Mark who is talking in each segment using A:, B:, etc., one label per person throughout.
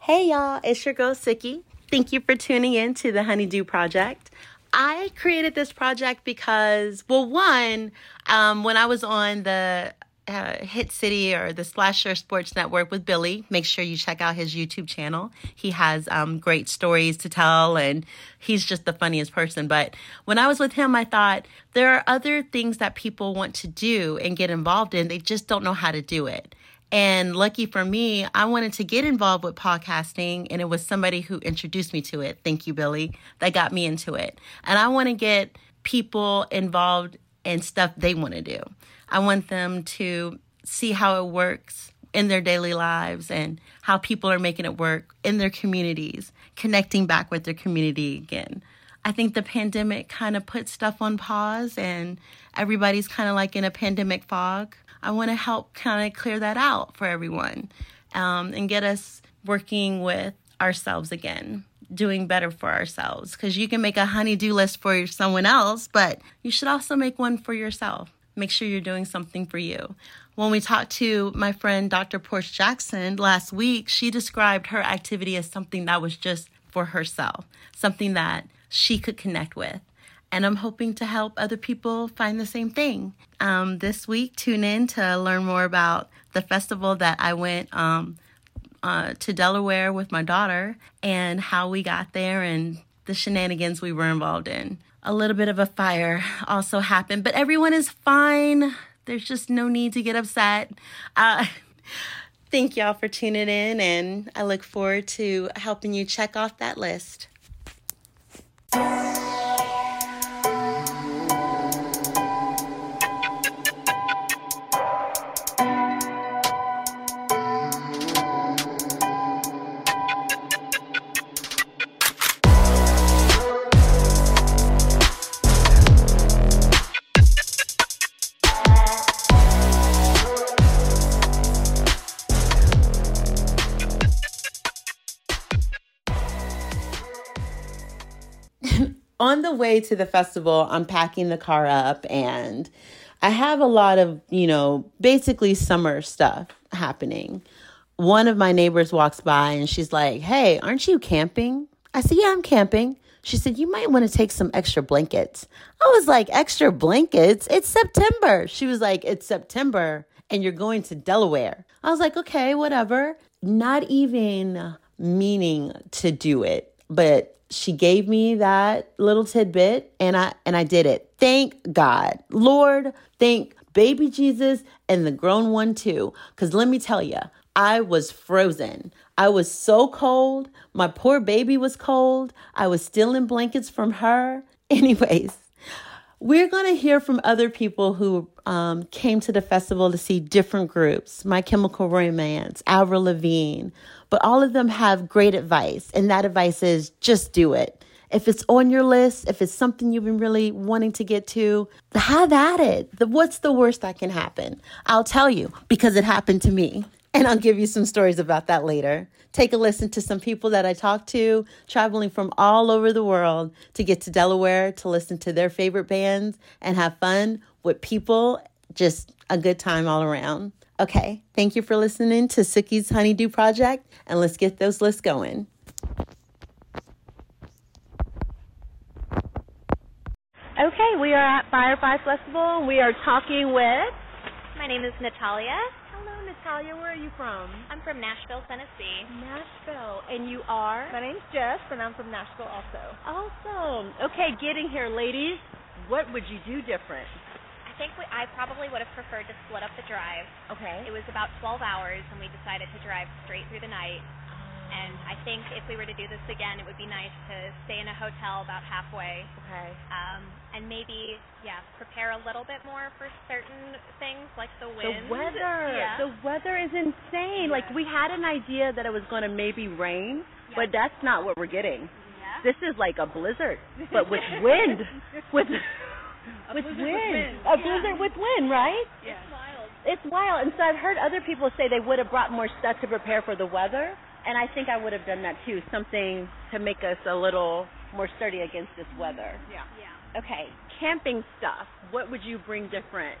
A: Hey y'all, it's your girl Siki. Thank you for tuning in to the Honeydew Project. I created this project because, well, one, um, when I was on the uh, Hit City or the Slasher Sports Network with Billy, make sure you check out his YouTube channel. He has um, great stories to tell, and he's just the funniest person. But when I was with him, I thought there are other things that people want to do and get involved in, they just don't know how to do it. And lucky for me, I wanted to get involved with podcasting, and it was somebody who introduced me to it. Thank you, Billy. That got me into it. And I want to get people involved in stuff they want to do. I want them to see how it works in their daily lives and how people are making it work in their communities, connecting back with their community again. I think the pandemic kind of put stuff on pause, and everybody's kind of like in a pandemic fog. I want to help kind of clear that out for everyone um, and get us working with ourselves again, doing better for ourselves. Because you can make a honeydew list for someone else, but you should also make one for yourself. Make sure you're doing something for you. When we talked to my friend Dr. Porch Jackson last week, she described her activity as something that was just for herself, something that she could connect with and I'm hoping to help other people find the same thing. Um, this week, tune in to learn more about the festival that I went um, uh, to Delaware with my daughter and how we got there and the shenanigans we were involved in. A little bit of a fire also happened, but everyone is fine. There's just no need to get upset. Uh, thank y'all for tuning in, and I look forward to helping you check off that list. on the way to the festival, I'm packing the car up and I have a lot of, you know, basically summer stuff happening. One of my neighbors walks by and she's like, Hey, aren't you camping? I said, Yeah, I'm camping. She said, You might want to take some extra blankets. I was like, Extra blankets? It's September. She was like, It's September and you're going to Delaware. I was like, Okay, whatever. Not even meaning to do it, but she gave me that little tidbit and I and I did it. Thank God. Lord, thank baby Jesus and the grown one too cuz let me tell you, I was frozen. I was so cold. My poor baby was cold. I was stealing blankets from her. Anyways, we're going to hear from other people who um, came to the festival to see different groups My Chemical Romance, Avril Lavigne, but all of them have great advice. And that advice is just do it. If it's on your list, if it's something you've been really wanting to get to, have at it. The, what's the worst that can happen? I'll tell you because it happened to me. And I'll give you some stories about that later. Take a listen to some people that I talked to traveling from all over the world to get to Delaware to listen to their favorite bands and have fun with people. Just a good time all around. Okay, thank you for listening to Suki's Honeydew Project, and let's get those lists going.
B: Okay, we are at Firefly Festival. We are talking with.
C: My name is Natalia.
B: Hello, Natalia. Where are you from?
C: I'm from Nashville, Tennessee.
B: Nashville. And you are?
D: My name's Jess, and I'm from Nashville also.
B: Awesome. Okay, getting here, ladies. What would you do different?
C: I think we, I probably would have preferred to split up the drive.
B: Okay.
C: It was about 12 hours, and we decided to drive straight through the night.
B: Oh.
C: And I think if we were to do this again, it would be nice to stay in a hotel about halfway.
B: Okay.
C: Um, and maybe, yeah, prepare a little bit more for certain things like the wind.
B: The weather.
C: Yeah.
B: The weather is insane. Like
C: Yeah.
B: we had an idea that it was going to maybe rain,
C: yeah.
B: but that's not what we're getting.
C: yeah.
B: This is like a blizzard, but with wind. With with wind. Oh, A blizzard with wind, right?
C: It's wild.
B: It's wild. And so I've heard other people say they would have brought more stuff to prepare for the weather, and I think I would have done that too. Something to make us a little more sturdy against this weather.
C: Yeah.
B: Okay, camping stuff. What would you bring different?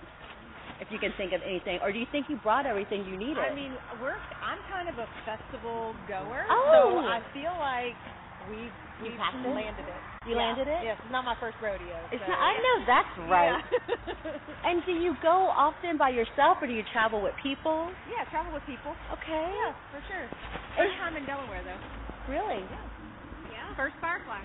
B: if you can think of anything, or do you think you brought everything you needed?
E: I mean, we're I'm kind of a festival goer,
B: Oh.
E: so I feel like we
B: You
E: we
B: packed it?
E: landed it.
B: you
E: Yeah.
B: landed it.
E: Yes, it's not my first rodeo.
B: It's
E: so-
B: not, I know that's right.
E: Yeah.
B: And do you go often by yourself, or do you travel with people?
E: yeah, travel with people.
B: Okay.
E: Yeah, for sure. First time in Delaware though.
B: Really?
C: Yeah. First firefly.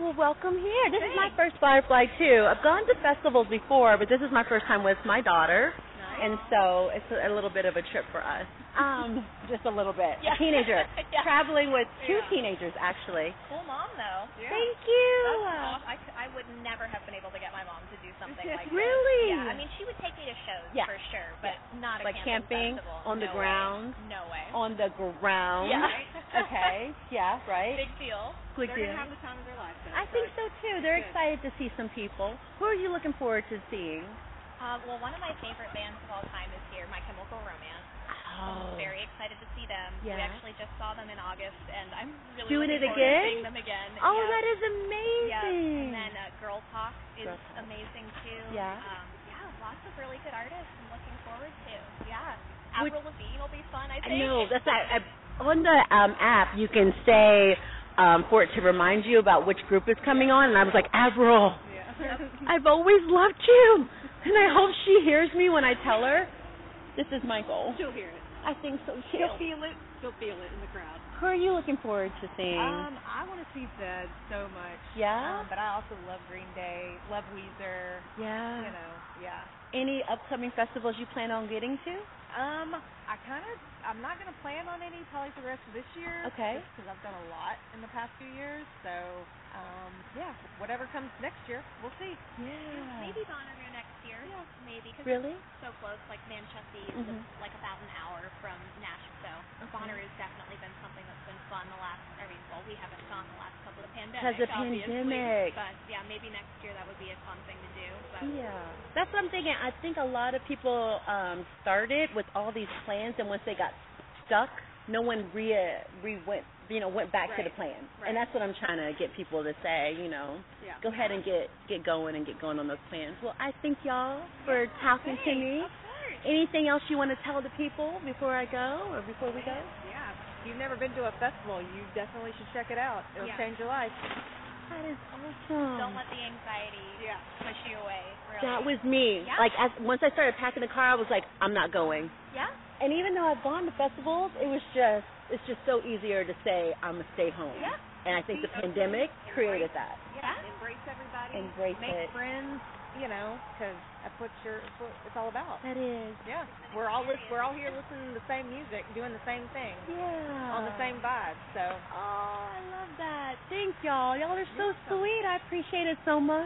B: Well, welcome here. This is my first Firefly too. I've gone to festivals before, but this is my first time with my daughter, and so it's a, a little bit of a trip for us. Um, just a little bit. A teenager
C: Yeah.
B: traveling with two
C: Yeah.
B: teenagers actually.
C: Cool mom though.
B: Thank you.
C: That's awesome. I, c- I would never have been able to get my mom to do something like this.
B: Really?
C: Yeah. I mean, she would take me to shows
B: Yeah.
C: for sure, but not a
B: Like
C: camping,
B: camping
C: festival.
B: on the
C: No
B: ground?
C: Way. No way.
B: On the ground.
C: Yeah.
B: okay. Yeah. Right.
C: Big deal.
B: Big deal.
E: They're gonna have the time of their life. though,
B: I think so too. They're
E: Good.
B: excited to see some people. Who are you looking forward to seeing?
C: Uh, well, one of my favorite bands of all time is here, My Chemical Romance.
B: Oh.
C: Very excited to see them.
B: Yeah.
C: We actually just saw them in August, and I'm really
B: Doing
C: looking forward
B: it
C: to
B: again?
C: seeing them again.
B: Oh,
C: yeah.
B: that is
C: Yeah,
B: amazing.
C: and then uh, Girl Talk is
B: Girl Talk.
C: amazing too.
B: Yeah.
C: Um, yeah, lots of really good artists I'm looking forward to. Yeah.
B: Would-
C: Avril Lavigne will be fun, I
B: I
C: think.
B: know that's I, I, on the um, app. You can say um, for it to remind you about which group is coming on, and I was like, Avril,
E: Yeah.
B: I've always loved you, and I hope she hears me when I tell her. This is my goal.
E: She'll hear it.
B: I think so too.
E: She'll feel it. She'll feel it in the crowd.
B: Who are you looking forward to seeing?
E: Um, I want to see Zed so much.
B: Yeah?
E: Um, but I also love Green Day, love Weezer.
B: yeah.
E: You know, yeah.
B: Any upcoming festivals you plan on getting to?
E: Um, I kind of, I'm not gonna plan on any probably for the rest of this year.
B: Okay.
E: Because I've done a lot in the past few years, so um, yeah, whatever comes next year, we'll see.
B: Yeah.
C: Maybe Bonnaroo next year. Yeah. Maybe. 'cause
B: Really?
C: it's so close. Like Manchester is
B: Mhm.
C: just like about an hour from Nashville. So Bonnaroo's definitely been something that's been fun the last. I mean, well, we haven't gone the last couple of pandemics.
B: 'Cause of
C: obviously,
B: pandemic.
C: But yeah, maybe next year that would be a fun thing to do. But
B: Yeah. That's what I'm thinking. I think a lot of people um started with all these plans and once they got stuck, no one re re went you know, went back to the plan.
E: Right.
B: And that's what I'm trying to get people to say, you know.
E: Yeah.
B: Go ahead and get get going and get going on those plans. Well, I thank y'all for talking to me.
C: Of course.
B: Anything else you want to tell the people before I go or before we go?
E: Yeah. If you've never been to a festival, you definitely should check it out. It'll
C: Yeah.
E: change your life.
B: That is awesome.
C: Don't let the anxiety
E: Yeah.
C: push you away. Really.
B: that was me.
C: Yeah.
B: Like as, once I started packing the car, I was like, I'm not going.
C: yeah.
B: And even though I've gone to festivals, it was just it's just so easier to say I'm gonna stay home.
C: Yeah.
B: And I think the pandemic created that.
E: Yeah. Embrace everybody.
B: Embrace
E: Make
B: it.
E: friends. You know, because that's what your that's what it's all about.
B: That is.
E: Yeah. We're all lis- we're all here listening to the same music, doing the same thing,
B: Yeah.
E: on the same vibe. So.
B: Oh, I love that. Thank y'all. Y'all are so sweet. I appreciate it so much.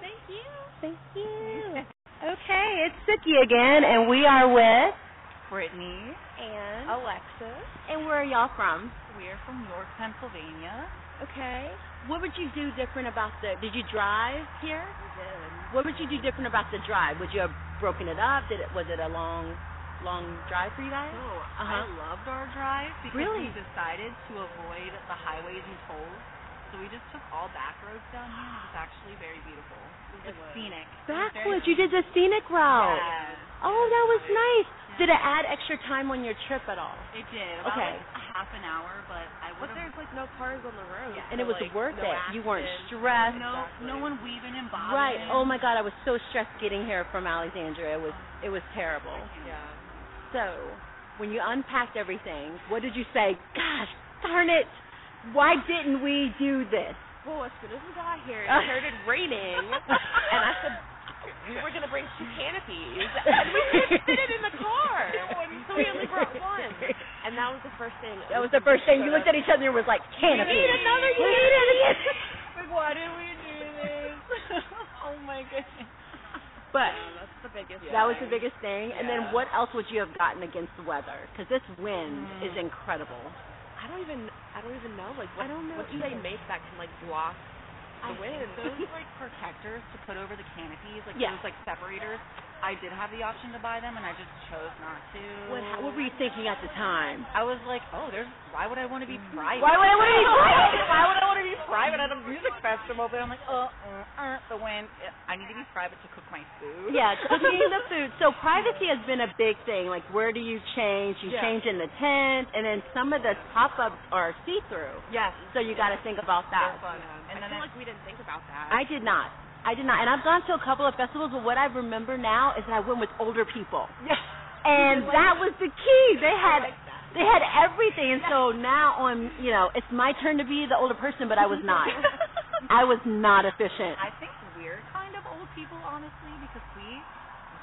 C: Thank you.
B: Thank you. okay, it's Sookie again, and we are with
F: Brittany.
B: and
F: Alexis.
B: and where are y'all from?
F: We're from York, Pennsylvania.
B: Okay. What would you do different about the? Did you drive here?
F: We did.
B: What would you do different about the drive? Would you have broken it up? Did it was it a long, long drive for you guys?
F: So I
B: Uh-huh.
F: loved our drive because
B: Really?
F: we decided to avoid the highways and tolls. So we just took all back roads down here. It was actually very beautiful. It was scenic. It was very
B: Backwards. You did the scenic route.
F: Yes.
B: Oh, that was nice. Did it add extra time on your trip at all?
F: It did. About
B: Okay.
F: like a half an hour, but I would have.
E: like no cars on the road.
F: Yeah.
B: And it was
F: like,
B: worth
F: no
B: it. You weren't
F: accidents.
B: stressed.
F: No, no one weaving and bobbing.
B: Right. Oh my God, I was so stressed getting here from Alexandria. It was it was terrible.
E: Yeah.
B: So, when you unpacked everything, what did you say? Gosh, darn it! Why didn't we do this?
E: Well, as soon as we got here,
B: it
E: started raining,
B: and I said,
E: we were gonna bring two canopies,
B: And we couldn't fit it in the car.
E: so we only brought one. And that was the first thing.
B: That was the first thing. You looked at each other and was like, canopy.
E: need another
B: We need another-
E: Like, why did we do this? oh my goodness.
B: But
E: that's the biggest.
B: that was the biggest thing. And then
E: Yeah.
B: what else would you have gotten against the weather? Because this wind is incredible.
E: I don't even. Mm. I don't even know. Like, what,
B: I don't know
E: what do they
B: either.
E: make that can like block
F: I
E: the wind?
F: think those like protectors to put over the canopies, like
B: Yeah.
F: those like separators, I did have the option to buy them, and I just chose not to.
B: What, ha- what were you thinking at the time?
F: I was like, oh, there's. Why would I want to be
B: Mm-hmm.
F: private?
B: Why would I wanna be private?
F: why would I want to be private at a music festival? But I'm like, uh, uh, uh. But when I need to be private to cook my food.
B: Yeah, cooking the food. So privacy has been a big thing. Like, where do you change? You
F: Yeah.
B: change in the tent, and then some of the pop-ups are see-through.
F: Yes.
B: So you got to think about that.
F: And then I feel like we didn't think about that.
B: I did not. I did not. And I've gone to a couple of festivals, but what I remember now is that I went with older people.
F: yeah.
B: And that was the key. They had they had everything. And so now on, you know, it's my turn to be the older person, but I was not. I was not efficient.
F: I think we're kind of old people, honestly, because we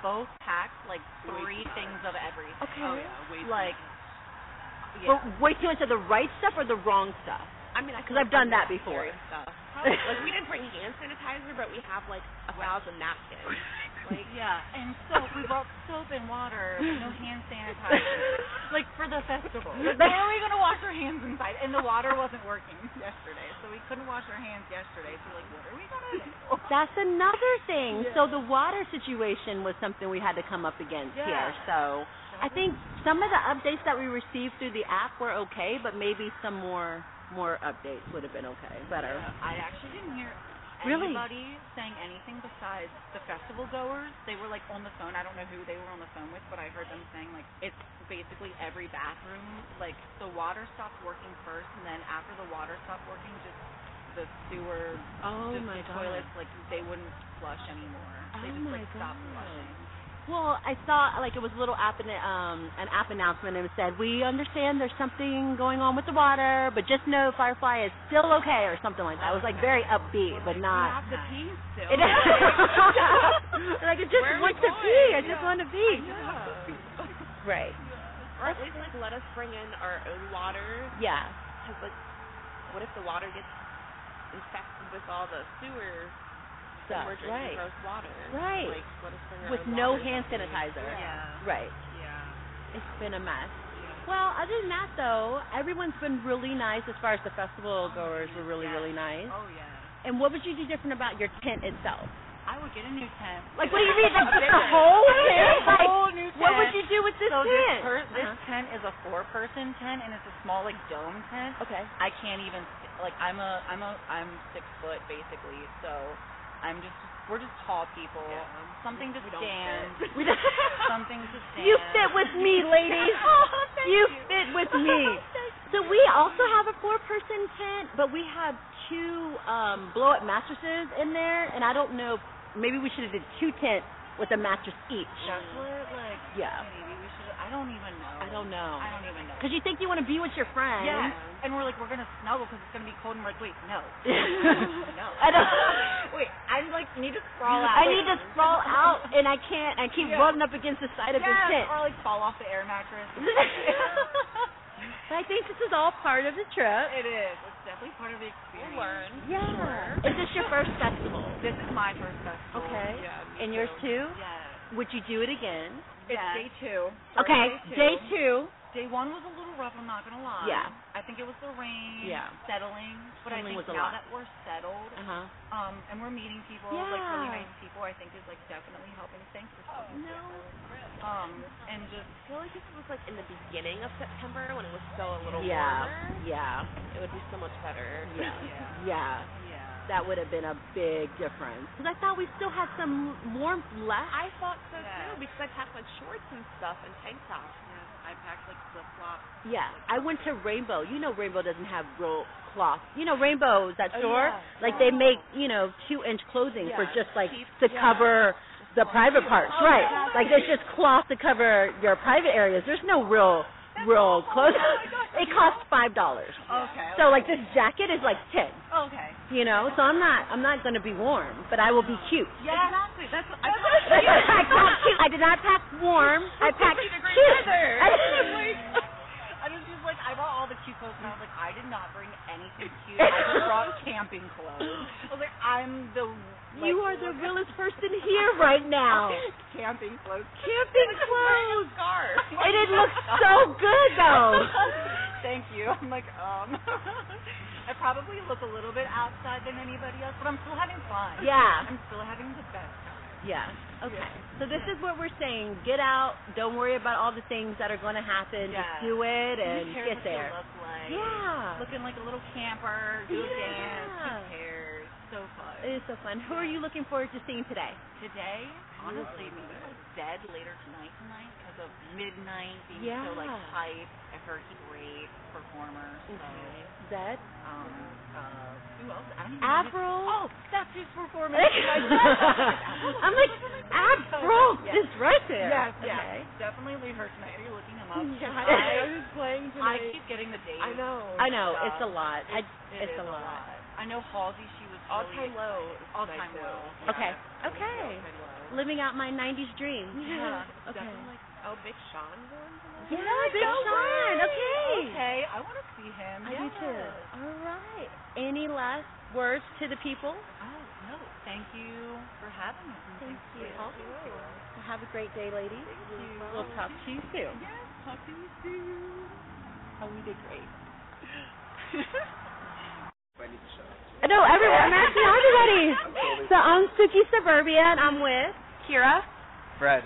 F: both packed like three things of Oh, everything.
B: Okay.
F: Like,
B: But
F: yeah.
B: way too much of the right stuff or the wrong stuff.
G: I mean, I
B: Because I've done that before.
G: Serious stuff. Probably, like we didn't bring hand sanitizer, but we have like a thousand napkins. Like
F: Yeah, and soap. We bought soap and water, but no hand sanitizer. like for the festival. Like, Where are we gonna wash our hands inside? And the water wasn't working yesterday, so we couldn't wash our hands yesterday. So like, what are we gonna do?
B: That's another thing. So the water situation was something we had to come up against
F: Yeah.
B: here. So I think some of the updates that we received through the app were okay, but maybe some more more updates would have been okay. Better.
F: I actually didn't hear
B: Really?
F: anybody saying anything besides the festival goers. They were like on the phone. I don't know who they were on the phone with, but I heard them saying like it's basically every bathroom. Like the water stopped working first, and then after the water stopped working, just the sewer,
B: Oh
F: just
B: my
F: the
B: god.
F: toilets, like they wouldn't flush anymore.
B: Oh
F: They just
B: my
F: like stopped
B: God.
F: flushing.
B: Well, I saw like it was a little app an, um an app announcement and it said, "We understand there's something going on with the water, but just know Firefly is still okay" or something like that. It was like very upbeat, but not
F: the pee still.
B: It is. like it just
F: Where are we
B: wants to
F: going?
B: pee. I just want to pee. Right.
G: or at least like let us bring in our own water.
B: Yeah.
G: Because like, what if the water gets infected with all the sewer?
B: So,
G: and we're
B: right.
G: drinking gross water.
B: Right.
G: Like, let us bring our
B: With
G: own
B: no
G: water.
B: hand sanitizer.
F: Yeah.
B: Right. It's been a mess. Well, other than that though, everyone's been really nice as far as the festival goers were really, really nice.
F: Oh yeah.
B: And what would you do different about your tent itself?
F: I would get a new tent.
B: Like what do you mean the,
F: A
B: the
F: bigger-
B: whole tent?
F: A
B: Like
F: whole new tent.
B: what would you do with this
F: so
B: tent?
F: this, per- this
B: Uh-huh.
F: tent is a four-person tent, and it's a small like dome tent.
B: Okay.
F: I can't even st- like I'm a I'm a I'm six foot basically, so I'm just we're just tall people. Something to stand.
B: We don't-
F: Something to stand.
B: You fit with me, ladies. you fit with me. So we also have a four-person tent, but we have two um, blow-up mattresses in there, and I don't know. Maybe we should have did two tents with a mattress each.
F: That's what like
B: Yeah.
F: maybe we should. I don't even know.
B: I don't know.
F: I don't even know.
B: Because you think you want to be with your friends.
F: Yeah. And we're like, we're gonna snuggle because it's gonna be cold, and we're like, wait, no. no.
B: I don't.
G: Wait, I like need to crawl out.
B: I need to sprawl out, and I can't. I keep
F: Yeah.
B: rubbing up against the side of your tent.
F: Yes, or like fall off the air mattress.
B: but I think this is all part of the trip.
F: it is. It's definitely part of the experience.
G: We'll learn.
B: Yeah. Is this your first festival?
F: This is my first festival.
B: Okay.
G: Yeah, me
B: and yours too?
F: Yes.
B: Would you do it again?
F: It's day two.
B: okay. Day
F: Day
B: two.
F: Day one was a little rough, I'm not gonna lie.
B: Yeah.
F: I think it was the rain.
B: Yeah.
F: Settling. But I
B: Settling
F: think
B: was a
F: now
B: lot.
F: that we're settled,
B: Uh-huh.
F: um, and we're meeting people, like really
B: Yeah.
F: nice people, I think is like definitely helping. Thanks for coming. No. Um, and just
G: I feel like if it was like in the beginning of September when it was still a little
B: Yeah.
G: warmer,
B: Yeah.
G: it would be so much better.
B: Yeah. Yeah.
F: yeah. Yeah.
B: That would have been a big difference. Because I thought we still had some warmth left.
G: I thought so
F: Yeah.
G: too because I packed like shorts and stuff and tank tops.
F: Yeah. I packed like flip flops.
B: Yeah. I went to Rainbow. You know Rainbow doesn't have real cloth. You know Rainbow is that
F: Oh,
B: store? Like they make, you know, two inch clothing for just like to cover the private parts.
F: Oh,
B: right. Like there's just cloth to cover your private areas. There's no real real clothing. it costs five dollars.
F: Oh Okay.
B: So like this jacket is like ten.
F: Okay.
B: You know, so I'm not I'm not gonna be warm, but I will be cute.
F: Yeah. Exactly. That's what I
B: I packed cute. I did not pack warm. I packed cute. I didn't
F: I was just like, I brought all the cute clothes, and I was like, I did not bring anything cute. I just brought camping clothes. I was like, I'm the like,
B: you are the realest person here right now.
F: camping clothes.
B: Camping clothes.
F: Scarf.
B: And it looks so good though.
F: Thank you. I'm like, um, I probably look a little bit outside than anybody else, but I'm still having fun.
B: Yeah.
F: I'm still having the best.
B: Yeah. Okay. So this is what we're saying: get out. Don't worry about all the things that are going to happen.
F: Yeah.
B: Just do it and
F: Who
B: get
F: cares what
B: there.
F: They look like?
B: Yeah.
F: Looking like a little camper, do a dance. Who
B: Yeah.
F: cares? So fun.
B: It is so fun. Who are you looking forward to seeing today?
F: Today, honestly, we were like dead later tonight tonight because of midnight being so like
B: Yeah.
F: hype. I heard great performers. So,
B: Zed.
F: um, uh, who else? I don't even know.
B: Avril.
F: Oh, that's who's performing.
B: I'm like, April
F: Yeah.
B: is right there.
F: Yes,
B: Okay.
F: yes. Definitely leave her tonight. Are you looking him up?
D: Yeah, I know
F: I,
D: who's playing
F: I
D: tonight.
F: keep getting the dates.
D: I know.
B: I know it's a lot. I,
F: It
B: it's
F: is
B: a lot.
F: I know Halsey, she was
D: All
F: really
D: time low.
F: excited. All time
D: Nice
F: low.
D: though.
F: Yeah.
B: Okay. Okay. Living out my '90s dream.
F: Yeah.
B: Okay.
D: Definitely like, oh, Big Sean's on tonight?
B: Yeah, Big Sean. Okay.
F: Okay, I want to see him.
B: I do
F: yes.
B: too. All right. Any last words to the people?
F: Oh, no. Thank you for having us. and
B: Thank
F: thanks
B: you.
F: For helping us.
B: Have a great day, ladies. We'll talk to you soon.
F: Yes, talk to you soon. Oh, we did great.
B: No, everyone, I'm asking everybody. So I'm Suki Suburbia, and I'm with Kira,
H: Fred.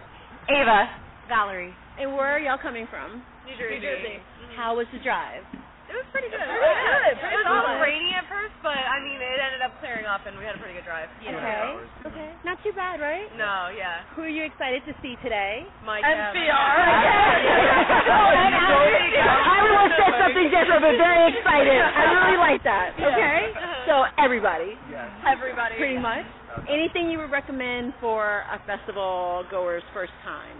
B: Ava,
C: Valerie.
B: and where are y'all coming from?
G: New Jersey. Mm-hmm.
B: How was the drive?
G: It was pretty good.
B: Pretty good, pretty
G: It was all
B: good.
G: rainy at first, but I mean, it ended up clearing up, and we had a pretty good drive.
B: Okay. Okay. Not too bad, right?
G: No, yeah.
B: Who are you excited to see today?
G: Mike
C: uh,
B: Everyone said something different, but very excited. I really like that. Okay. So everybody,
H: Yes.
G: Everybody.
B: pretty much. Anything you would recommend for a festival goer's first time?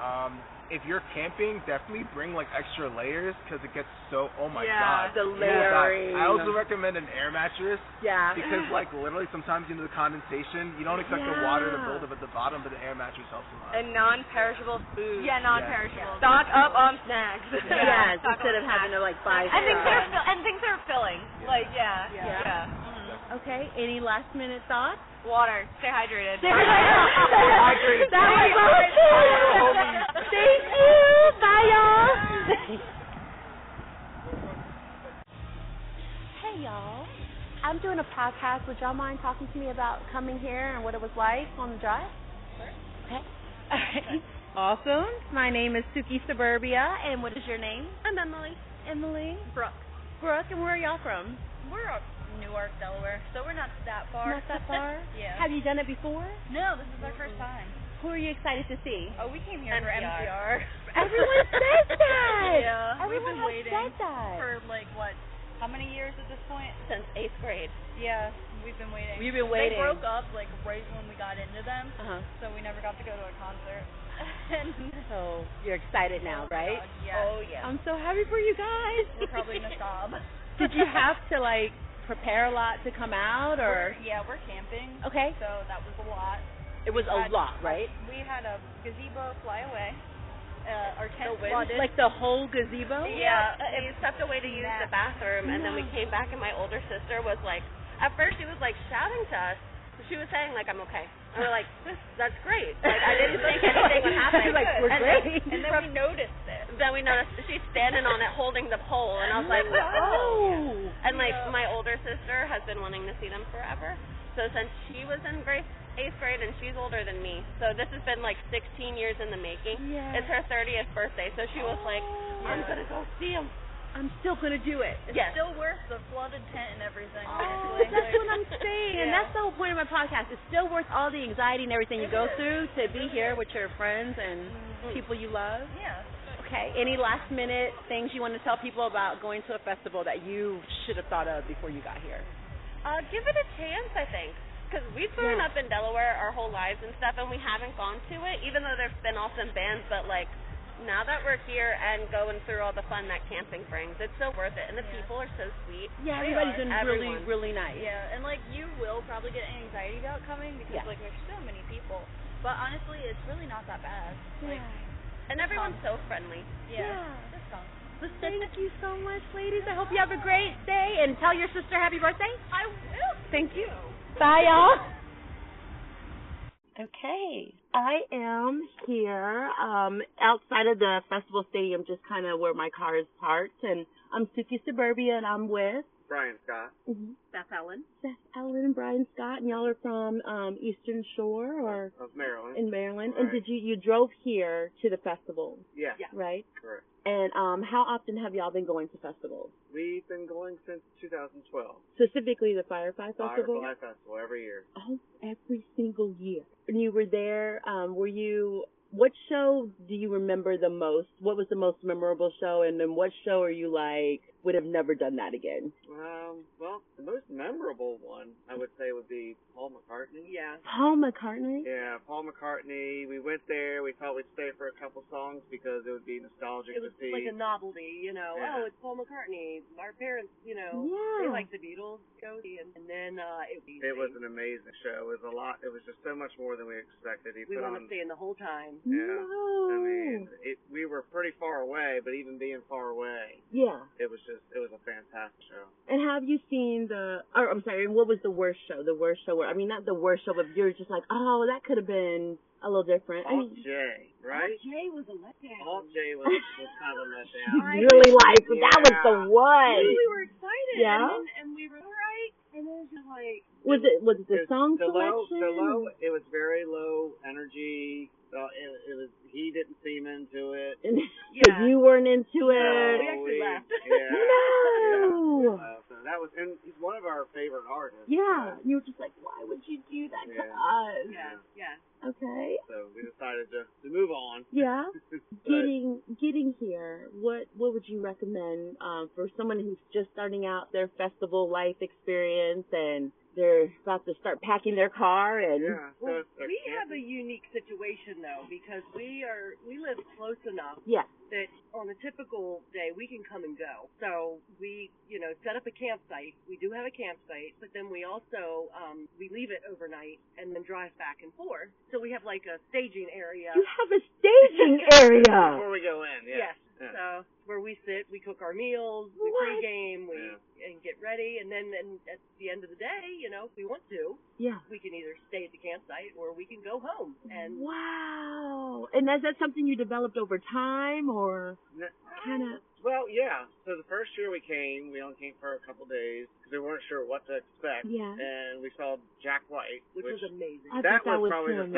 H: Um, if you're camping, definitely bring like extra layers because it gets so. Oh my
G: Yeah,
H: god.
B: the
H: You will die.
B: layering.
H: I also recommend an air mattress
B: Yeah.
H: because like literally sometimes you know the condensation. You don't expect the water to build up at the bottom, but the air mattress helps a lot.
G: And non-perishable food.
F: Yeah, non-perishable.
G: Stock up on snacks.
B: Yes, instead of having to like buy.
G: And things that
B: stuff.
G: are fill- and things that are filling. Like yeah, yeah. Mm-hmm.
B: Okay. Any last minute thoughts?
G: Water. Stay hydrated.
B: That was awesome. Thank you. Bye, y'all. Hey, y'all. I'm doing a podcast. Would y'all mind talking to me about coming here and what it was like on the drive? Sure. Okay. awesome. My name is Suki Suburbia, and what is your name? I'm Emily. Emily. Brooke. Brooke, and where are y'all from?
C: We're up Newark, Delaware, so we're not that
B: Not that far. Have you done it before?
C: No, this is our first time.
B: Who are you excited to see?
C: Oh, we came here for MCR.
B: Everyone says that.
C: Yeah.
B: Everyone
C: We've been waiting
B: has said that.
C: for like what? How many years at this point?
B: since eighth grade.
C: Yeah, we've been waiting.
B: We've been
C: They
B: waiting.
C: broke up like right when we got into them,
B: Uh-huh.
C: so we never got to go to a concert. and
B: So you're excited now, right? Oh,
C: yeah,
G: yeah.
B: I'm so happy for you guys.
C: Oh, we're probably gonna sob.
B: Did you have to like prepare a lot to come out, or
C: yeah, we're camping,
B: okay?
C: so that was a lot.
B: It was
C: I-
B: a lot, right?
C: We had a gazebo fly away. Uh, our tent flooded.
B: Like the whole gazebo.
G: Yeah, uh, we stepped away to use the bathroom, and then we came back, and my older sister was like, at first she was like shouting to us. She was saying like, "I'm okay," and we're like, this, "That's great." Like I didn't think anything would happen.
B: Like, we're
G: and
B: great.
G: Then, and then we noticed it. Then we noticed she's standing on it, holding the pole, and I was like, "Oh!"
B: Oh.
G: And like my older sister has been wanting to see them forever. So since she was in grade, eighth grade, and she's older than me, so this has been like 16 years in the making.
B: Yeah.
G: It's her 30th birthday, so she was like, "I'm gonna go see them."
B: I'm still gonna do it.
G: Yes.
C: Still worth the flooded tent and everything.
B: Oh,
C: honestly.
B: that's what I'm saying, and
C: Yeah.
B: that's the whole point of my podcast. It's still worth all the anxiety and everything you go through to be here with your friends and people you love.
C: Yeah.
B: Okay. Any last minute things you want to tell people about going to a festival that you should have thought of before you got here?
G: Uh, give it a chance, I think. Because we've grown
B: Yeah.
G: up in Delaware our whole lives and stuff, and we haven't gone to it, even though there's been awesome bands. But, like, now that we're here and going through all the fun that camping brings, it's so worth it. And the people are so sweet.
B: Yeah, everybody's been really,
G: Everyone.
B: really nice.
C: Yeah, and like you will probably get anxiety about coming because
B: Yeah.
C: like there's so many people. But honestly, it's really not that bad. Like,
G: And everyone's so friendly.
C: yeah.
B: Yeah.
C: Just come.
B: So thank you so much, ladies. I hope you have a great day, and tell your sister happy birthday.
C: I will.
B: Thank you. Bye, y'all. Okay, I am here um, outside of the festival stadium, just kind of where my car is parked, and I'm Suki Suburbia, and I'm with
I: Brian Scott.
B: Beth Ellen. Beth Ellen and Brian Scott, and y'all are from um, Eastern Shore or
I: Of Maryland.
B: in Maryland. And
I: Right.
B: did you you drove here to the festival,
I: Yeah.
B: right?
I: Correct.
B: And um, how often have y'all been going to festivals?
I: We've been going since 2012.
B: Specifically, the Firefly Festival.
I: Firefly Festival every year.
B: Oh, every single year. When you were there, um, were you? What show do you remember the most? What was the most memorable show? And then what show are you like would have never done that again?
I: Um, well, the most memorable one I would say would be Paul McCartney. Yeah.
B: Paul McCartney.
I: Yeah, Paul McCartney. We went there. We thought we'd stay for a couple songs because it would be nostalgic
J: It was
I: to see.
J: like a novelty, you know.
I: Yeah.
J: Oh, it's Paul McCartney. Our parents, you know,
B: Yeah.
J: they like the Beatles, Cody, and, and then uh, it, we
I: it was an amazing show. It was a lot. It was just so much more than we expected. He
J: we
I: put
J: wound
I: on.
J: up staying the whole time.
I: Yeah. I mean,
B: No.
I: it, we were pretty far away, but even being far away,
B: Yeah.
I: it was just it was a fantastic show.
B: And have you seen the? Or I'm sorry. What was the worst show? The worst show? Where, I mean, not the worst show, but you're just like, oh, that could have been a little different. I
I: Alt
B: mean,
I: J, right?
J: Jay was a letdown.
I: Alt J was, was kind of a letdown.
B: you really like that was the
I: Yeah.
B: one.
J: We were excited,
B: Yeah?
J: and, then, and we were all right, and then it was just like
B: Was it was it the
I: It-
B: song
I: the low,
B: selection?
I: the low. It was very low energy. Uh, it, it was he didn't seem into it.
B: Because you weren't into it.
I: No, we- Yeah.
B: No.
I: Yeah, we left. So that was, and he's one of our favorite artists. Uh,
B: Yeah, you were just like, why would you do that to
I: Yeah.
B: us?
I: Yeah.
J: yeah.
B: Okay.
I: So we decided to, to move on.
B: Yeah.
I: But
B: Getting getting here, what what would you recommend um, for someone who's just starting out their festival life experience and they're about to start packing their car and
I: yeah, so
J: Well,
I: it's a
J: we
I: camp-
J: have a unique situation though because we are we live close enough
B: yeah,
J: that on a typical day we can come and go. So we, you know, set up a campsite. We do have a campsite, but then we also um we leave it overnight and then drive back and forth. So we have like a staging area.
B: you have a staging area.
I: before we go in.
J: Yes.
I: Yeah.
J: So where we sit, we cook our meals, we
B: What?
J: pregame, we
I: Yeah.
J: and get ready, and then and at the end of the day, you know, if we want to,
B: Yeah.
J: we can either stay at the campsite or we can go home. And
B: Wow. And is that something you developed over time or
I: Yeah.
B: kind of?
I: Well, yeah. So the first year we came, we only came for a couple days because we weren't sure what to expect.
B: Yeah.
I: And we saw Jack White,
J: which, was amazing.
B: I think
I: that
B: that was
I: was probably
B: so
I: the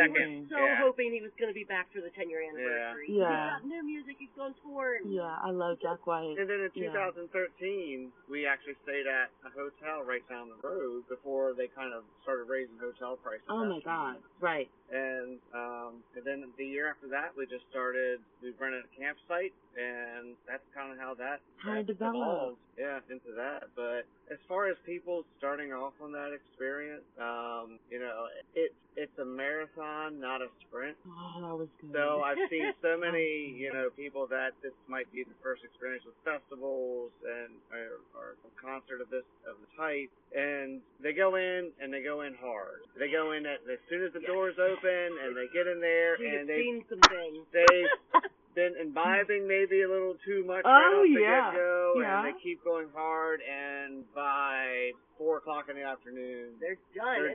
B: amazing.
I: second.
J: so
I: yeah.
J: hoping he was going to be back for the 10 year anniversary. He's
B: Yeah.
J: got new music. He's going tour. And
B: Yeah, I love Jack White.
I: And then in
B: Yeah.
I: 2013, we actually stayed at a hotel right down the road before they kind of started raising hotel prices.
B: Oh my
I: after
B: God.
I: that.
B: Right.
I: And um, and then the year after that, we just started. We rented a campsite, and that's kind of how that
B: How it
I: that
B: developed.
I: evolved, Yeah, into that. But as far as people starting off on that experience, um, you know, it's it's a marathon, not a sprint.
B: Oh, that was good.
I: So I've seen so many, you know, people that this might be the first experience with festivals and or, or a concert of this of the type, and they go in and they go in hard. They go in at, as soon as the doors open and they get in there
J: We have
I: and they
J: seen some things.
I: they've been imbibing maybe a little too much
B: Oh,
I: right off the
B: yeah.
I: get-go,
B: Yeah.
I: and they keep going hard, and by four o'clock in the afternoon,
J: They're
I: they're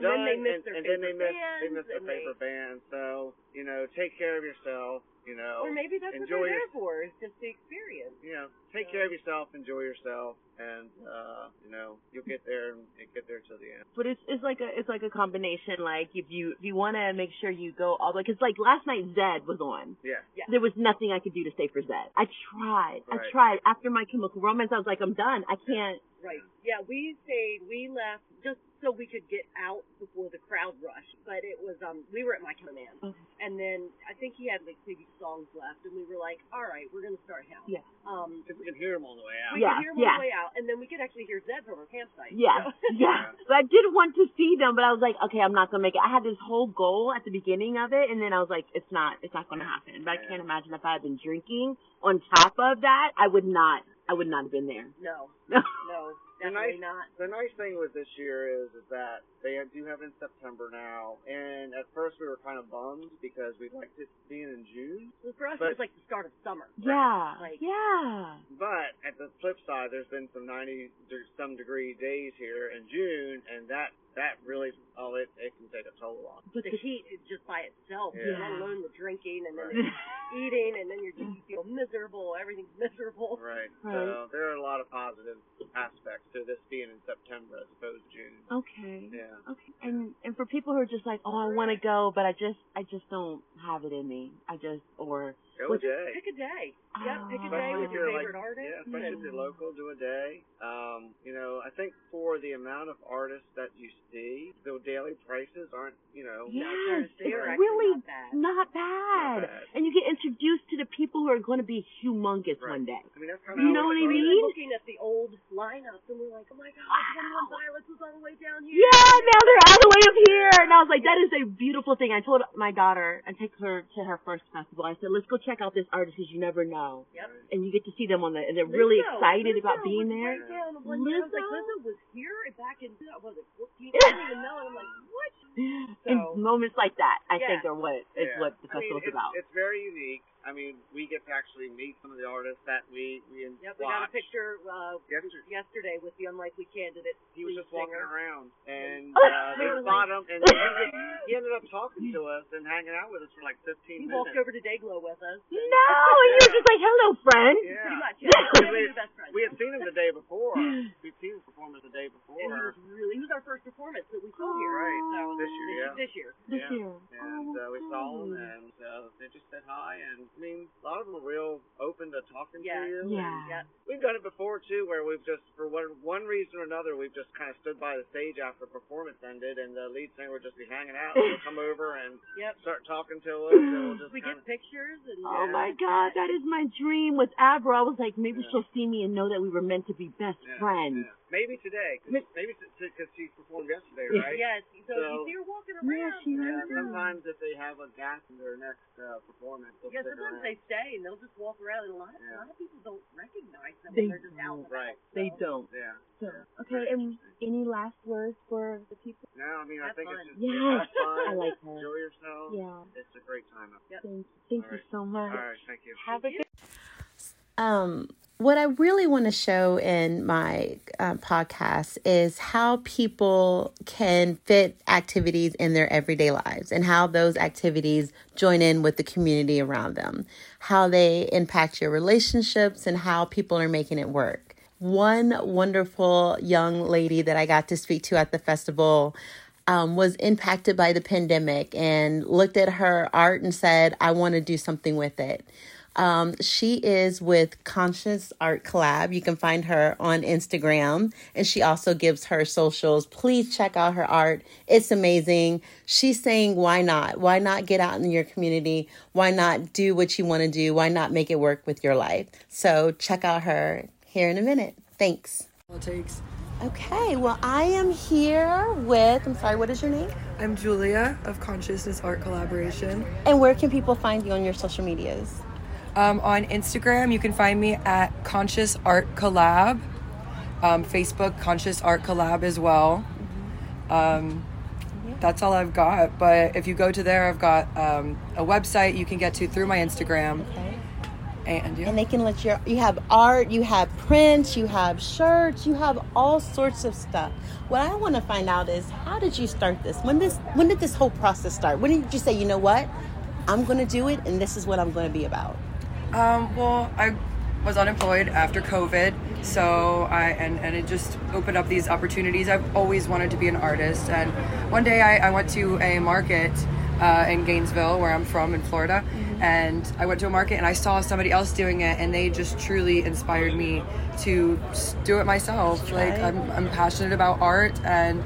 J: done. and then
I: done,
J: they miss their
I: and, and
J: favorite
I: then they miss
J: bands.
I: they miss their
J: and they-
I: favorite band. So you know, take care of yourself. You know,
J: Or maybe that's what
I: Enjoy
J: they're there
I: your-
J: for, is just the experience.
I: you know, take care of yourself, enjoy yourself, and uh, you know, you'll get there and and get there till the end.
B: But it's it's like a it's like a combination. Like if you if you want to make sure you go all like it's like last night Zed was on.
I: Yeah,
B: There was nothing I could do to stay for Zed. I tried. I
I: Right.
B: tried. After my Chemical Romance, I was like, I'm done. I can't.
J: Right. Yeah, we stayed, we left just so we could get out before the crowd rush. But it was, um, we were at my command.
B: Okay.
J: And then I think he had like maybe songs left, and we were like, all right, we're going to start now.
B: Yeah.
J: Um,
I: because we can hear them all the way out.
J: we
B: Yeah,
J: could hear him
B: yeah.
J: on the way out, and then we could actually hear Zed from our campsite.
B: Yeah,
J: So-
B: yeah. But I did want to see them, but I was like, okay, I'm not gonna make it. I had this whole goal at the beginning of it, and then I was like, it's not, it's not gonna happen. But I can't imagine if I had been drinking on top of that, I would not, I would not have been there.
J: no, no.
I: the
B: Definitely
I: nice,
B: not.
I: The nice thing with this year is, is that they do have it in September now, and at first we were kind of bummed because we liked it being in June.
B: Well, for us,
I: But-
B: it was like the start of summer.
I: Yeah,
B: Like,
A: yeah.
I: But at the flip side, there's been some 90 de- some degree days here in June, and that that really oh it it can take a toll on.
B: But the, heat is just by itself,
I: Yeah.
B: let alone the drinking and then
I: Right.
B: the eating, and then you're just you feel miserable. Everything's miserable.
I: Right.
B: Right.
I: So there are a lot of positive aspects to this being in September as opposed to June.
A: Okay.
I: Yeah.
A: Okay. And and for people who are just like, oh, I want to go, but I just I just don't have it in me. I just or oh,
I: Go
A: which-
I: a day.
B: Pick a day. Yep, pick a
I: Especially
B: day
I: if
B: with your
I: you're, like,
B: favorite artist.
I: Yeah, especially if
B: and-
I: you're local, do a day. Um, you know, I think for the amount of artists that you see, the daily prices aren't, you know,
A: Yes,
I: they're
A: it's
I: actually
A: really
I: not bad.
A: not bad.
I: Not bad.
A: And you get introduced to the people who are going to be humongous one day.
I: I mean, that's
A: kinda You know how what I
B: We were
A: mean?
B: looking at the old lineup, and we were like, oh my god, 21 Pilots was all the way down here.
A: Ah. Yeah, now they're all the way up here. And I was like, that is a beautiful thing. I told my daughter, I took her to her first festival. I said, let's go check out this artist because you never know.
B: Yep.
A: And you get to see them on the, and they're really
B: Lizzo,
A: excited
B: Lizzo
A: about being
B: was
A: there.
B: Right down the one day. I was like,
A: Lizzo?
B: Lizzo was here back in, what was it, 14? I don't even know. And I'm like, what? So-
A: and moments like that, I
B: Yeah.
A: think, are what is
I: Yeah.
A: what the
I: I mean,
A: festival's
I: it's,
A: about.
I: It's very unique. I mean, we get to actually meet some of the artists that we we
B: Yep, we got a
I: watch.
B: picture uh,
I: Yesterday.
B: yesterday with the unlikely candidate.
I: He
B: lead
I: was just walking
B: singer.
I: around, and
B: Oh,
I: uh, they
B: really?
I: spot him, and he ended, he ended up talking to us and hanging out with us for like 15
B: He
I: minutes.
B: walked over to Dayglow with us.
A: No, and you're just like, hello, friend.
I: Yeah.
B: Pretty much. Yeah.
I: Because
B: we
I: we,
B: were best friends.
I: we had seen him the day before. We'd seen his performance the day
B: And he
I: before.
B: was really, he was our first performance that we saw
A: Oh.
B: here.
I: Right.
B: So
I: This year, yeah.
B: This year.
A: This
I: yeah.
A: year. Oh,
I: And uh, we saw them, and uh, they just said hi. And I mean, a lot of them are real open to talking
B: Yeah.
I: to you.
A: Yeah.
I: and We've done it before too, where we've just, for one one reason or another, we've just kind of stood by the stage after performance ended, and the lead singer would just be hanging out. and He'll come over and
B: Yep.
I: start talking to us, and we'll just
B: We
I: kind
B: get pictures and.
A: Oh my God, that is my dream with Abra. I was like, maybe she'll see me and know that we were meant to be best friends.
I: of maybe today, 'cause- maybe because she performed yesterday,
A: Yeah.
I: right?
B: Yes. So, if you
I: So-
B: see her walking
A: Yeah,
B: around.
A: she
B: you
A: is.
B: never know.
I: Sometimes if they have a gap in their next uh, performance, they'll
B: Yeah,
I: sit
B: sometimes
I: around.
B: they stay and they'll just walk around, and a lot of
I: Yeah.
B: a lot of people don't recognize them
A: They
B: when they're just out. and
A: don't.
I: Right.
A: They don't.
I: Yeah.
A: So, okay, and any last words for the people?
I: No, I mean, I
B: Have
I: think
B: fun.
I: it's just
A: Yes,
I: have fun.
A: I like that.
I: Enjoy yourself.
A: Yeah.
I: It's a great time. out.
A: Thank, thank you so much.
I: All right. Thank you.
A: Have a good um, what I really want to show in my uh, podcast is how people can fit activities in their everyday lives and how those activities join in with the community around them, how they impact your relationships, and how people are making it work. One wonderful young lady that I got to speak to at the festival um, was impacted by the pandemic and looked at her art and said, I want to do something with it. Um, she is with Conscious Art Collab. You can find her on Instagram, and she also gives her socials. Please check out her art. It's amazing. She's saying, why not? Why not get out in your community? Why not do what you want to do? Why not make it work with your life? So check out her here in a minute. Thanks.
F: Politics.
A: Okay, well, I am here with, I'm sorry, what is your name?
F: I'm Julia of Consciousness Art Collaboration.
A: And where can people find you on your social medias?
F: Um, on Instagram, you can find me at Conscious Art Collab. Um, Facebook, Conscious Art Collab as well. Um, that's all I've got. But if you go to there, I've got um, a website you can get to through my Instagram. And, yeah.
A: And they can let your you have art, you have prints, you have shirts, you have all sorts of stuff. What I want to find out is how did you start this? When this when did this whole process start? When did you say, you know what? I'm gonna do it and this is what I'm gonna be about.
F: Um, well, I was unemployed after COVID, so I and, and it just opened up these opportunities. I've always wanted to be an artist, and one day I, I went to a market uh, in Gainesville, where I'm from in Florida, and I went to a market and I saw somebody else doing it, and they just truly inspired me to s- do it myself. Like
A: Right.
F: I'm, I'm passionate about art, and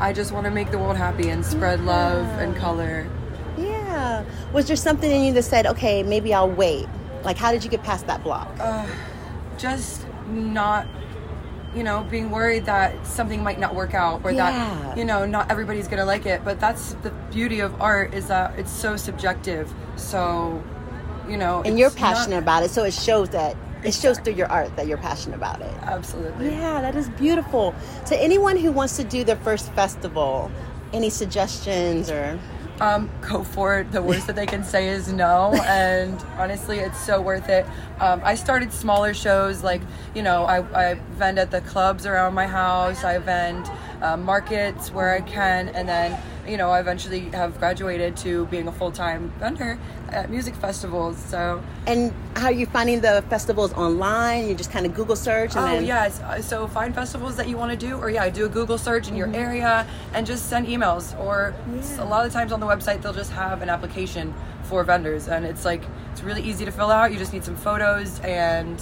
F: I just want to make the world happy and spread love and color.
A: Yeah. Was there something in you that said, okay, maybe I'll wait? Like how did you get past that block?
F: uh, just not you know being worried that something might not work out or
A: Yeah.
F: that you know not everybody's gonna like it but that's the beauty of art is that it's so subjective so you know
A: and you're
F: it's not-
A: passionate about it, so it shows that it shows through your art that you're passionate about it.
K: Absolutely.
A: Yeah, that is beautiful. To anyone who wants to do their first festival, any suggestions or
K: um, go for it. The worst that they can say is no, and honestly, it's so worth it. Um, I started smaller shows, like you know, I, I vend at the clubs around my house. I vend uh, markets where I can, and then you know, I eventually have graduated to being a full time vendor at music festivals. So
A: and how are you finding the festivals online? You just kind of Google search and
K: oh
A: then
K: yes, Uh, so find festivals that you want to do, or yeah, do a Google search in
L: Mm-hmm.
K: your area and just send emails. Or s- a lot of times on the website they'll just have an application for vendors, and it's like it's really easy to fill out. You just need some photos and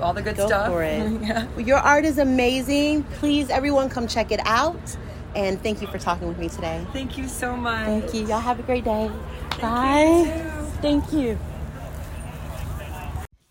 K: all the good
A: go
K: stuff.
A: for it.
K: yeah.
A: Your art is amazing. Please, everyone, come check it out. And thank you for talking with me today.
K: Thank you so much.
A: Thank you. Y'all have a great day. Bye. Thank you.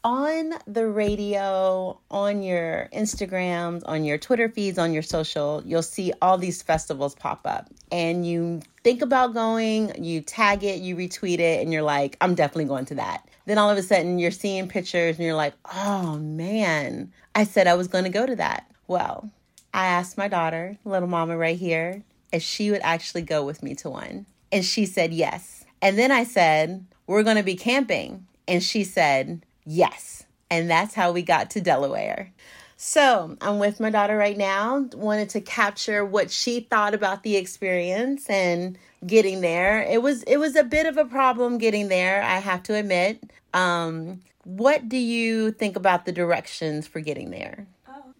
A: On the radio, on your Instagrams, on your Twitter feeds, on your social, you'll see all these festivals pop up. And you think about going, you tag it, you retweet it, and you're like, I'm definitely going to that. Then all of a sudden, you're seeing pictures and you're like, oh man, I said I was going to go to that. Well, I asked my daughter, little mama right here, if she would actually go with me to one. And she said yes. And then I said, We're going to be camping. And she said, Yes. And that's how we got to Delaware. So I'm with my daughter right now. Wanted to capture what she thought about the experience and getting there. It was it was a bit of a problem getting there, I have to admit. Um, what do you think about the directions for getting there?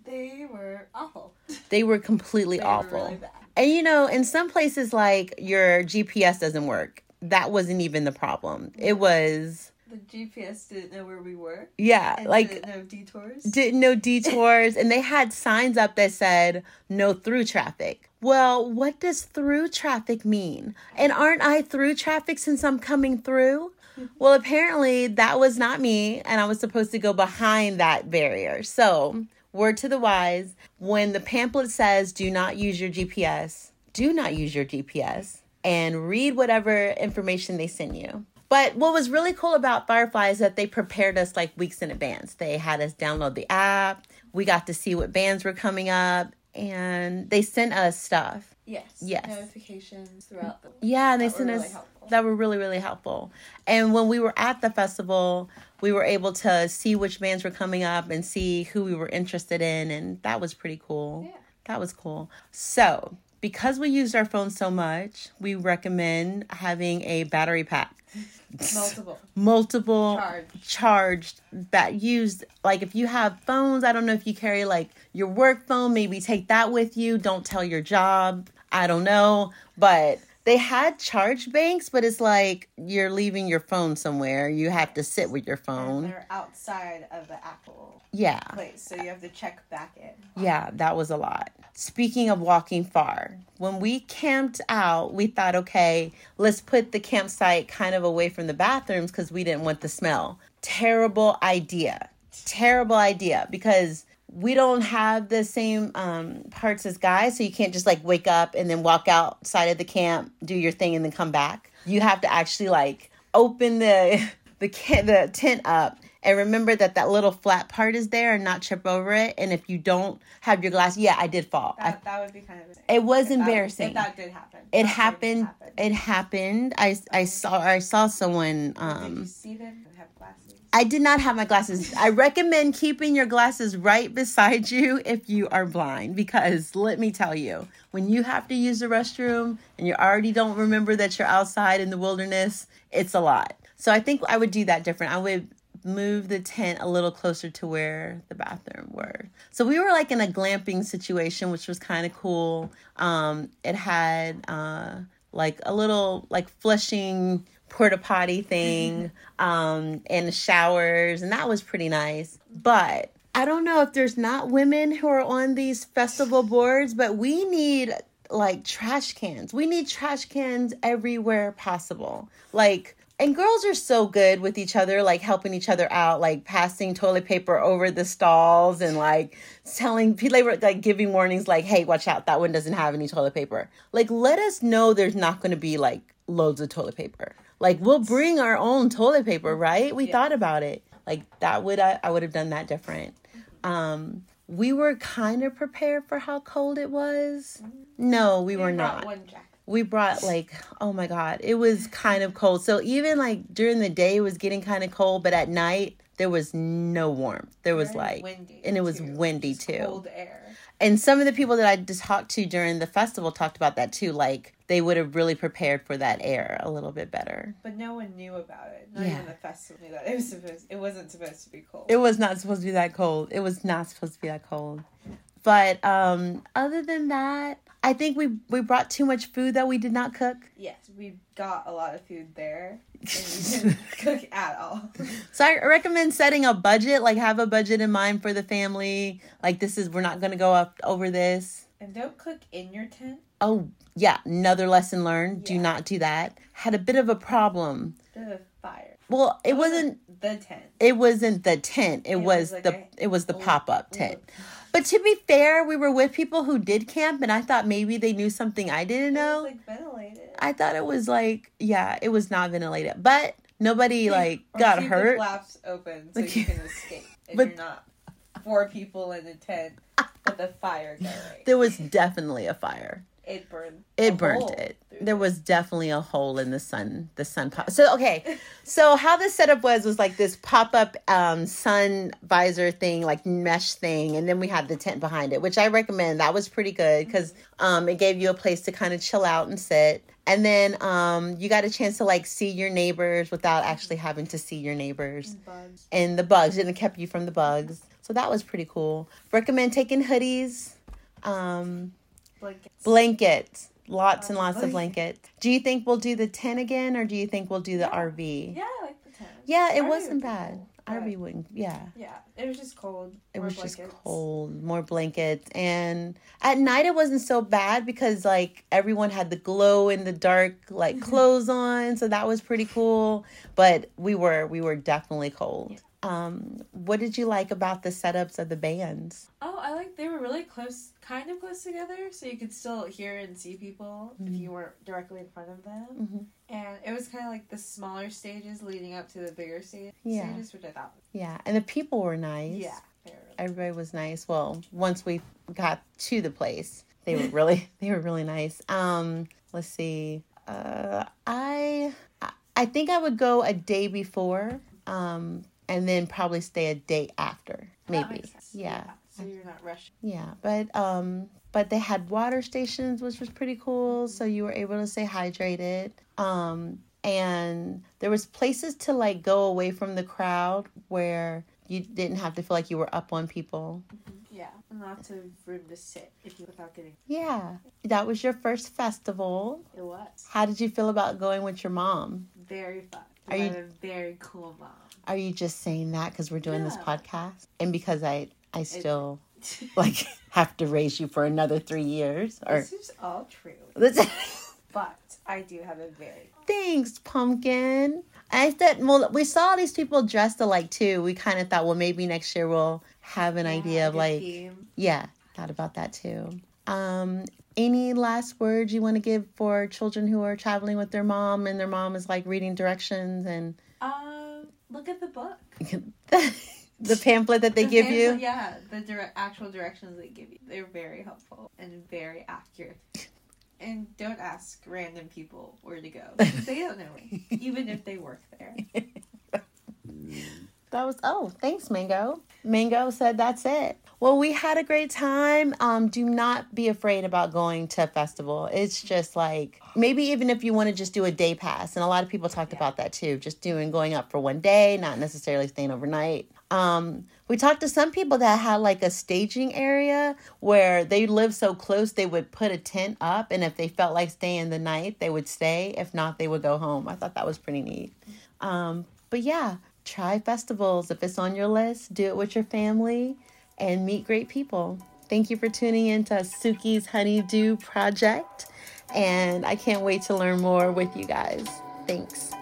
L: They were awful.
A: They were completely awful. and you know, in some places, like your GPS doesn't work. That wasn't even the problem. It was
L: The GPS didn't know where we were.
A: Yeah,
L: and
A: like-
L: didn't know detours.
A: didn't know detours, and they had signs up that said no through traffic. Well, what does through traffic mean? And aren't I through traffic since I'm coming through? Well, apparently that was not me, and I was supposed to go behind that barrier. So, word to the wise when the pamphlet says do not use your GPS, do not use your GPS and read whatever information they send you. But what was really cool about Firefly is that they prepared us like weeks in advance. They had us download the app, we got to see what bands were coming up, and they sent us stuff.
L: Yes.
A: Yes.
L: Notifications throughout the.
A: Yeah, and they
L: that were
A: sent
L: really
A: us
L: helpful.
A: that were really really helpful. And when we were at the festival, we were able to see which bands were coming up and see who we were interested in, and that was pretty cool. Yeah. That was cool. So, because we used our phones so much, we recommend having a battery pack.
L: Multiple.
A: Multiple charged, that used like if you have phones, I don't know if you carry like your work phone, maybe take that with you. Don't tell your job. I don't know, but they had charge banks, but it's like you're leaving your phone somewhere. You have to sit with your phone.
L: They're outside of the Apple.
A: Yeah.
L: Place, so you have to check back in.
A: Yeah, that was a lot. Speaking of walking far, when we camped out, we thought, okay, let's put the campsite kind of away from the bathrooms because we didn't want the smell. Terrible idea. Terrible idea because we don't have the same um, parts as guys. So you can't just like wake up and then walk outside of the camp, do your thing, and then come back. You have to actually like open the the can- the tent up and remember that that little flat part is there and not trip over it and if you don't have your glass yeah i did fall I-
L: That, that would be kind of. Embarrassing.
A: it was
L: If that- if
A: embarrassing
L: That, did happen.
A: it happened it happened i i saw i saw someone um
L: See them and have glasses.
A: I did not have my glasses. I recommend keeping your glasses right beside you if you are blind because let me tell you, when you have to use the restroom and you already don't remember that you're outside in the wilderness, it's a lot. So I think I would do that different. I would move the tent a little closer to where the bathroom were. So we were like in a glamping situation, which was kind of cool. Um, it had uh, like a little like flushing porta potty thing um, and showers, and that was pretty nice. But I don't know if there's not women who are on these festival boards, but we need like trash cans. We need trash cans everywhere possible. Like, and girls are so good with each other, like helping each other out, like passing toilet paper over the stalls and like telling people, they were, like giving warnings, like, hey, watch out, that one doesn't have any toilet paper. Like, let us know there's not going to be like loads of toilet paper. Like, we'll bring our own toilet paper, right? We thought about it. Like that would I, I would have done that different. Um, we were kind of prepared for how cold it was. No, we were
L: brought
A: not.
L: one jacket.
A: We brought like oh my god, it was kind of cold. So even like during the day it was getting kind of cold, but at night there was no warmth. There was like
L: windy,
A: and it was windy too.
L: Cold air.
A: And some of the people that I just talked to during the festival talked about that too. Like they would have really prepared for that air a little bit better.
L: But no one knew about it. Not
A: Yeah.
L: even the festival knew that it was supposed. It wasn't supposed to be cold.
A: It was not supposed to be that cold. It was not supposed to be that cold. But um, other than that, I think we we brought too much food that we did not cook.
L: Yes, we got a lot of food there, and we didn't cook at all.
A: So I recommend setting a budget. Like have a budget in mind for the family. Like this is we're not going to go up over this.
L: And don't cook in your tent.
A: Oh yeah, another lesson learned. Do not do that. Had a bit of a problem.
L: The fire.
A: Well, it wasn't
L: The tent.
A: It wasn't the tent. It,
L: It was
A: was,
L: like
A: the
L: a-
A: it was the pop up tent. But to be fair, we were with people who did camp, and I thought maybe they knew something I didn't know.
L: Like ventilated.
A: I thought it was like yeah, it was not ventilated, but nobody like
L: Or
A: got
L: keep The
A: hurt.
L: flaps open so
A: Like-
L: you can escape. If
A: But-
L: you're not four people in a tent with a fire going,
A: There was definitely a fire.
L: it burned.
A: It
L: a
A: burned
L: hole.
A: it. There was definitely a hole in the sun. The sun pop. So okay, so how the setup was was like this pop up um, sun visor thing, like mesh thing, and then we had the tent behind it, which I recommend. That was pretty good because um, it gave you a place to kind of chill out and sit, and then um, you got a chance to like see your neighbors without actually having to see your neighbors and the bugs and it kept you from the bugs. So that was pretty cool. Recommend taking hoodies. Um,
L: Blankets.
A: Blankets. Lots and lots of blankets. Do you think we'll do the tent again or do you think we'll do the RV?
L: Yeah, I like the tent.
A: Yeah, it
L: RV would
A: wasn't
L: be
A: bad. RV wouldn't, yeah.
L: Yeah, it was just cold.
A: It
L: more
A: was just
L: blankets.
A: cold, more blankets. And at night, it wasn't so bad because, like, everyone had the glow in the dark, like, clothes on. So that was pretty cool. But we were, we were definitely cold. Um, what did you like about the setups of the bands?
L: Oh, I like they were really close, kind of close together, so you could still hear and see people if
A: Mhm.
L: you weren't directly in front of them.
A: Mhm.
L: And it was kind of like the smaller stages leading up to the bigger stage,
A: Yeah.
L: stages, which I thought.
A: Yeah. And the people were nice.
L: Yeah,
A: everybody was nice well once we got to the place they were really they were really nice um let's see uh i I- i think i would go a day before um and then probably stay a day after maybe yeah
L: So you're not rushing.
A: yeah but um but they had water stations which was pretty cool so you were able to stay hydrated um and there was places to like go away from the crowd where you didn't have to feel like you were up on people
L: Yeah, and lots of room to sit if you without getting.
A: yeah that was your first festival
L: It was
A: how did you feel about going with your mom
L: very fun.
A: Are
L: Are
A: you-
L: you a very cool mom?
A: are you just saying that because we're doing this
L: Yeah.
A: podcast and because i i still like have to raise you for another three years or
L: This is all true. but I do have a very
A: thanks, pumpkin. I said, well, we saw these people dressed alike too. We kind of thought, well, maybe next year we'll have an idea of like, yeah, thought about that too. Um, any last words you want to give for children who are traveling with their mom and their mom is like reading directions and
L: Um, look at the book.
A: the pamphlet that they
L: The
A: give
L: pamphlet-
A: you?
L: Yeah, the direct, actual directions they give you. They're very helpful and very accurate. And don't ask random people where to go. They don't know it, even if they work there.
A: That was oh, thanks, Mango. Mango said that's it. Well, we had a great time. Um, do not be afraid about going to a festival. It's just like maybe even if you want to just do a day pass, and a lot of people talked about that too, just doing going up for one day, not necessarily staying overnight. Um, we talked to some people that had like a staging area where they lived so close they would put a tent up, and if they felt like staying the night, they would stay. If not, they would go home. I thought that was pretty neat. Um, but yeah, try festivals. If it's on your list, do it with your family and meet great people. Thank you for tuning in to Suki's Honeydew Project. And I can't wait to learn more with you guys. Thanks.